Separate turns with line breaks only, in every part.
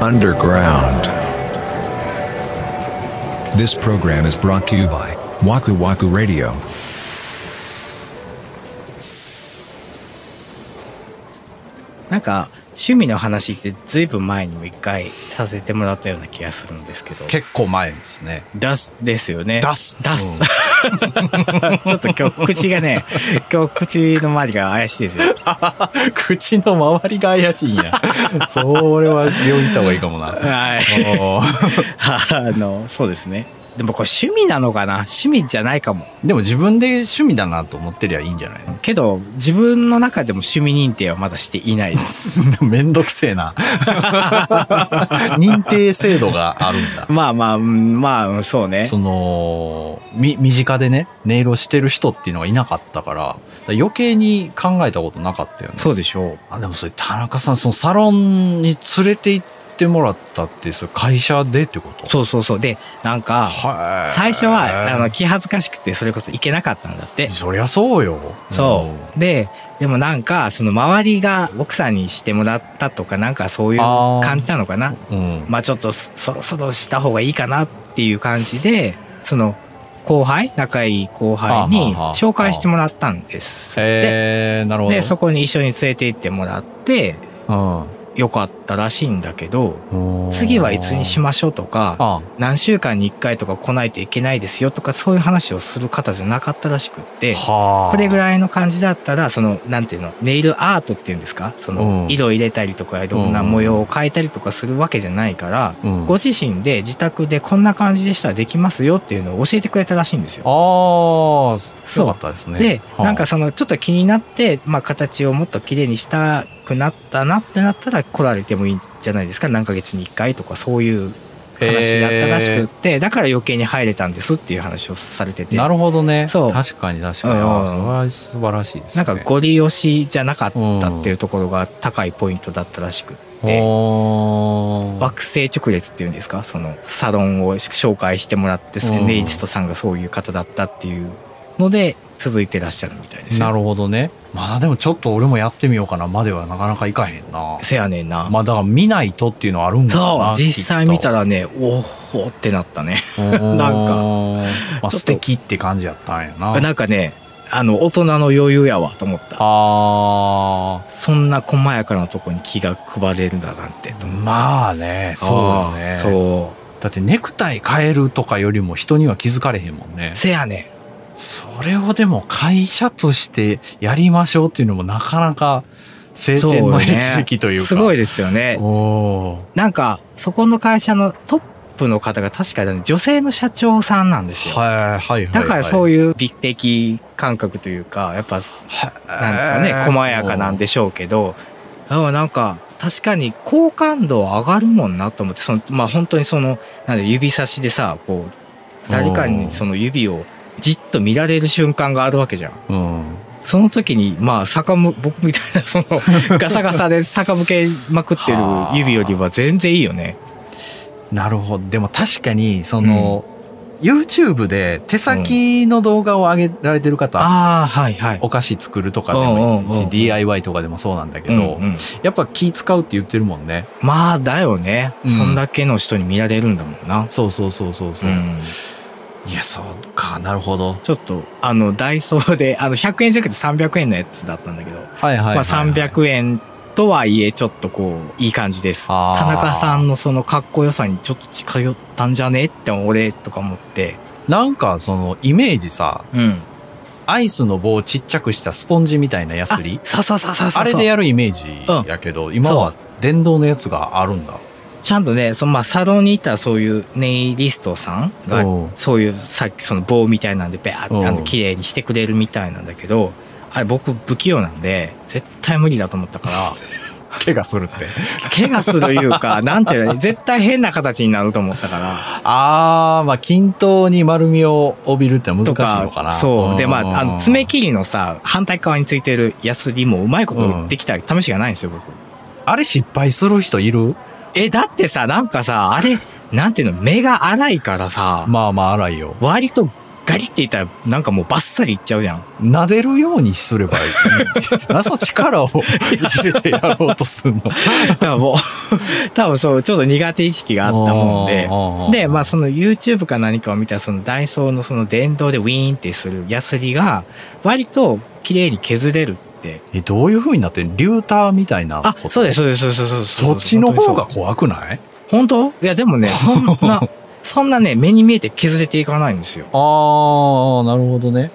underground.
This program is brought to you by Waku Waku Radio.
なんか趣味の話ってずいぶん前にも一回させてもらったような気がするんですけど
結構前ですね。
出すですよね
出す
出す、 ちょっと今日口が ね今日口の周りが怪しいですよ
口の周りが怪しいん や。それは病院行った方がいいかもな。
はい
おー
あのそうですねでもこれ趣味なのかな趣味じゃないかも
でも自分で趣味だなと思ってりゃいいんじゃないの
けど自分の中でも趣味認定はまだしていないです
めんどくせえな。 認定制度があるんだ。
まあまあうんまあうんそうね
その、み、身近でね、音色してる人っていうのがいなかったから、だから余計に考えたことなかったよね。
そうでしょう
あ、でもそれ田中さん、そのサロンに連れて行ってもらったって、それ会社でってこと
そうそうそうでなんか
は
最初はあの気恥ずかしくてそれこそ行けなかったんだって
そりゃそうよ。
そうででもなんかその周りが奥さんにしてもらったとかなんかそういう
あー
感じなのかな
うん。うん。
まあちょっとそそろそろした方がいいかなっていう感じでその後輩仲いい後輩に
はあはあはあ
紹介してもらったんですって
えー、なるほど。
でそこに一緒に連れて行ってもらってよかったらしいんだけど
うん。
次はいつにし
ま
ましょうとか
あ
何週間に1回とか来ないといけないですよとかそういう話をする方じゃなかったらしくって
はあ。
これぐ
い。
らいの感じだったらそのなんていうのネイルアートっていうんですかその
うん
色入れたりとかいろんな模様を変えたりとかするわけじゃないから
うん
ご自身で自宅でこんな感じでしたらできますよっていうのを教えてくれたらしいんですよ。
ああ、
そう
よかったですね。
で
はあ
なんか、そのちょっと気になって、まあ、形をもっと綺麗にしたくなったなってなったら来られてもいいんじゃないですか何ヶ月に1回とかそういう話だったらしくって、だから余計に入れたんですっていう話をされてて
なるほどね。
そう
確かに確かに。
うん
ああそれは素晴らしいです
な
ね。
んかゴリ押しじゃなかったっていうところが高いポイントだったらしくって、
おー
惑星直列っていうんですかそのサロンを紹介してもらって、
うん
ネイリストさんがそういう方だったっていうので続いてらっしゃるみたいですよ
なるほどね。まあでもちょっと俺もやってみようかなまではなかなかいかへんな。
せやねんな、
まあだから見ないとっていうのはあるんだろう
そ
な。
う実際見た
ら、
らねおほってなったね
なん
なんか
ま
ちょ
あ
っと
素敵って感じやったんやな。
なんかねあの大人の余裕やわと思った
あ
そんな細やかなとこに気が配れるんだなんて
ーまあね、そうね。
そ
だってネクタイ変えるとかよりも人には気づかれへんもんね
う。せやねん
それをでも会社としてやりましょうっていうのもなかなか晴
そう
天
よ
の
ね
霹靂というか。
すごい
い。
ですよね
おー
なんかそこの会社のトップの方が確かね女性の社長さんなんですよ、
はいはいはい。
だからそう
いう、
いう美的感覚というかやっぱなんかね細やかなんでしょうけどでもなんか確かに好感度は上がるもんなと思ってそのまあ本当にそのなんで指差しでさこう誰かにその指をじっと見られる瞬間があるわけじゃん。
うん。
その時にまあ逆む僕みたいな そのガサガサで逆向けまくってる指よりは全然いいよね。
なるほど。でも確かに、その、YouTube で手先の動画を上げられてる方、
ああはいはい。
お菓子作るとかでもいい
うんうんう
し、
ん
DIY とかでもそうなんだけど、
うんうん
やっぱ気使うって言ってるもんね。
まあだよね、
うん
そんだけの人に見られるんだもんな。
そうそうそうそうそう、
うん
いや、そうか、なるほど。
ちょっとあのダイソーで あの100円じゃなくて300円のやつだったんだけど、
はいはいはい、
まあ、300円とはいえちょっとこういい感じです
あー
田中さんのそのかっこよさにちょっと近寄ったんじゃねって俺とか思って
なんか、その、イメージさ、
うん
アイスの棒をちっちゃくしたスポンジみたいなヤスリ
さささささ
あれでやるイメージやけど、今は電動のやつがあるんだ。
ちゃんとねそのまあサロンに行ったらそういうネイリストさんが
うん
そういうさっきその棒みたいなんでベアってあ
う
の
ん
綺麗にしてくれるみたいなんだけどあれ僕不器用なんで絶対無理だと思ったから
怪我するって。
怪我するいうか、なんていうの、絶対変な形になると思ったから。
あー、まあ、均等に丸みを帯びるって難しい
と
のかな。
そう。で、ま
うん
あ、あの、爪切りのさ、反対側についてるヤスリもうまいことできた試しがないんですよ、僕。
あれ失敗する人いる
え、だってさ、なんかさ、あれ、なんていうの、目が荒いからさ、
まあまあ、荒いよ。
割とガリっていったらなんかもうバッサリいっちゃうじゃん。
撫でるようにすればいい。 なそ力を入れてやろうとす んの。
だからもう、 多分そう、ちょっと苦手意識があったもんで。で、まあその YouTube か何かを見たらそのダイソーのその電動でウィーンってするヤスリが割と綺麗に削れるって。
え、どういう風になってるリューターみたいな
あ
こ、と
そうです、そうです、そうです、そうです。
そっちの方が
本当に
怖くない
そう。本当いやでもね、そん な、そんなね、目に見えて削れていかないんですよ。
あー、なるほどね。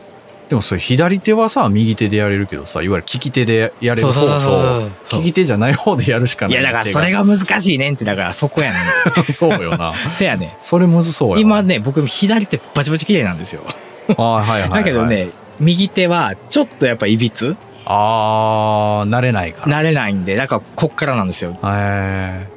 でもそれ左手はさ、右手でやれるけどさ、いわゆる利き手でやれる方
そうそうそうそう
と、利き手じゃない方でやるしか
い
な
や
い。
だからそれが難しいねんって、だからそこやねん。
手がそうよな。
せやねん。
それむずそうや
今
な。
ね、僕左手バチバチ綺麗なんですよ。
あーはいはいはい。
だけどね、。右手はちょっとやっぱいびつ
あー、慣れないから。
慣れないんで、だからこっからなんですよ。
へ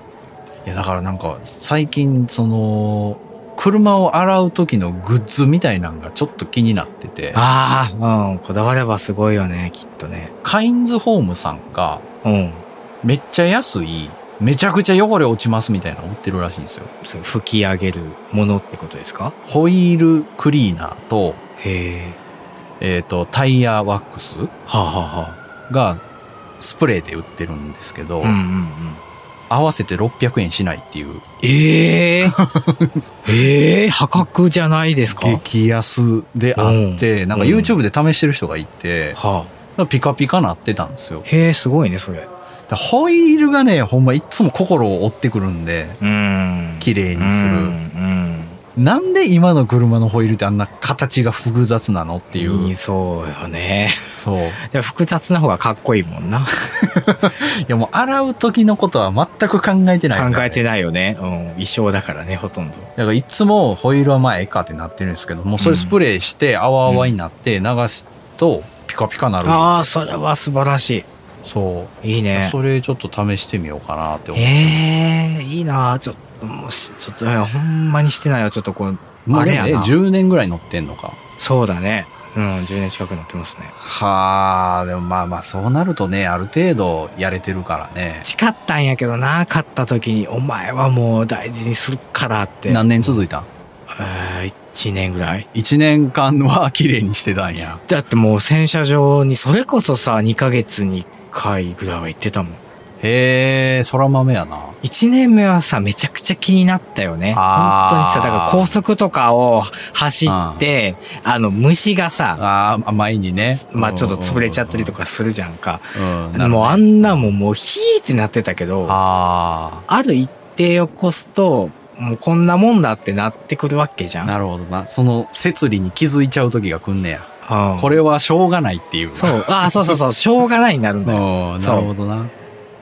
え。いや、だからなんか、最近、その、車を洗う時のグッズみたいなんがちょっと気になってて、
ああ、うん、こだわればすごいよね、きっとね。
カインズホームさんが、
うん。
めっちゃ安い、めちゃくちゃ汚れ落ちますみたいなの売ってるらしいんですよ。
そう吹き上げるものってことですか
ホイールクリーナーと、
へえ。
えっ、と、タイヤワックス
はあ、はあは
が、スプレーで売ってるんですけど、
あ、うんうんうん。
合わせて600円しないっていう、
ええ ええ破格じゃないですか。
激安であって、
うん
なんか YouTube で試してる人がいて、
はあ、
ピカピカなってたんですよ。
へえ、すごいね、それ。
だからホイールがねほんまいっつも心を折ってくるんで
うん。
綺麗にする
うん。
なんで今の車のホイールってあんな形が複雑なのってい
うん
う
そうよね。
そうい
いや複雑な方がかっこいいもんな。
やもう洗う時のことは全く考えてない、
考えて
い
ないよね。うん。衣装だからね、ほとんど。
だからいつもホイールはまあええかってなってるんですけどもうそれスプレーして泡々になって流すとピカピカなる、
ああ、それは素晴らし
そ、
い。いいうね。
それちょっと試してみようかなって思う、
ええいいなあちょっと、もうし、ちょっと、いやほんまにしてないわ。ちょっとこう、
ま
あ
あ
れ
で
や
もね
な。
10年ぐらい乗ってんのか
そうだね。うん、10年近くなってますね。
はあでもまあまあそうなるとねある程度やれてるからね
誓ったんやけどな、勝った時に、お前はもう大事にするからって。
何年続いたん
えー、1年ぐらい。
一年間は綺麗にしてたんや。
だってもう洗車場に、それこそさ、2ヶ月に1回ぐらいは行ってたもん。
へえ、空豆やな。
1年目はさ、めちゃくちゃ気になったよね。本
あ
当
ー
にさ、だから高速とかを走って、あの、虫がさ、
ああ、前にね。
まあちょっと潰れちゃったりと
か。
かするじゃんか。
うん。なる
も
ほ
う
ど
あんなもんもうヒーってなってたけど、あ
あ
る一定を越すと、もうこんなもんだってなってくるわけじゃ
あ、
ん。
なるほどな。その、摂理に気づいちゃう時が来んねや。
うん
これはしょうがないっていう。。
そう う。 ああ、そうそうそう。しょうがないになるん
う
だよ。
ん、なるほどな。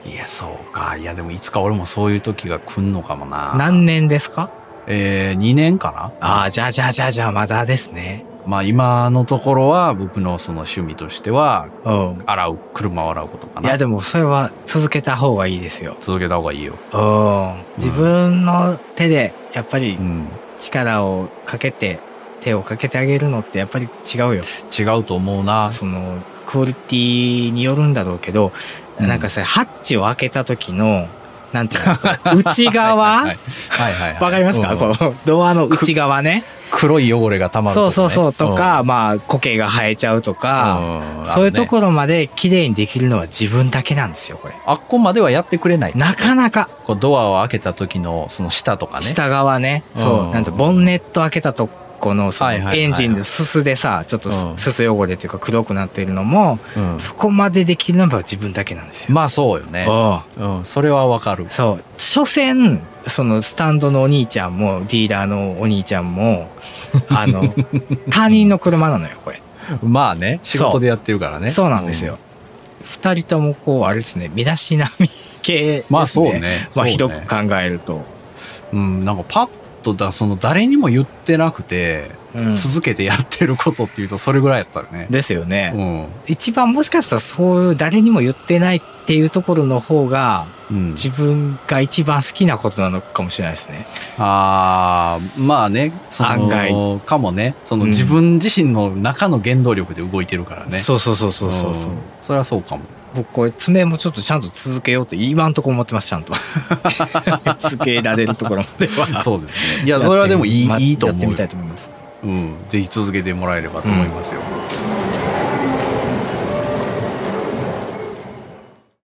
いや、そうか。いや、でもいつか俺もそういう時が来んのかもな。
何年ですか
えー、2年かな
ああ、じゃあじゃあじゃあじゃあまだですね。
まあ今のところは僕のその趣味としては、
うん。
洗う、車を洗うことか
い
な。
やでもそれは続けた方がいいですよ。
続けた方がいいよ。
うん。自分の手でやっぱり
うん。
力をかけて、手をかけてあげるのってやっぱり違うよ。
違うと思うな。
そのクオリティによるんだろうけど、
うん
なんかさハッチを開けた時のなんていうの 内側
はいはいはいはい。
わかりますか、
うん
このドアの内側ね
黒い汚れがたまるとか
そ
ね、
うそうそうとか、まあ苔が生えちゃうと
うん、
か、
ん
そういうと
あるね
ころまで綺麗にできるのは自分だけなんですよこれ
あっこまではやってくれない
なかなか
こうドアを開けた時のその下とかね
下側ね、そううんなんとボンネット開けたとこのその
はいはいはいはい
エンジンのすすでさちょっとす
うん
すす汚れというか黒くなっているのも、
うん
そこまでできるのは自分だけなんですよ、
まあそうよね
うん
うんそれはわかる
そう。所詮、そのスタンドのお兄ちゃんも、ディーラーのお兄ちゃん も、あの、他人の車なのよ、これ。
まあね仕事でやってるからね
そうなんですよ。二、人ともこう、あれですね、身だしなみ系です、ね。
まあそうね
まあ、
そうね
ひどく考えると。
うん、うんなんかパッとだその誰にも言ってなくて、
うん
続けてやってることっていうとそれぐらいやったらね
ですよね、
うん、
一番もしかしたらそういう誰にも言ってないっていうところの方が
うん、
自分が一番好きなことなのかもしれないですね。
ああまあねその
案外
かもねその
うん
自分自身の中の原動力で動いてるからね、
そうそうそうそうそうそう。
んそれはそうかも
僕これ爪もちょっとちゃんと続けようと今んとこ思ってますちゃん と続けられるところまでは
そうですね。いや、それはでもいい、
ま
いいと
やって
思う
みた
よ。
いと思います
うん、ぜひ続けてもらえればと思いますよ。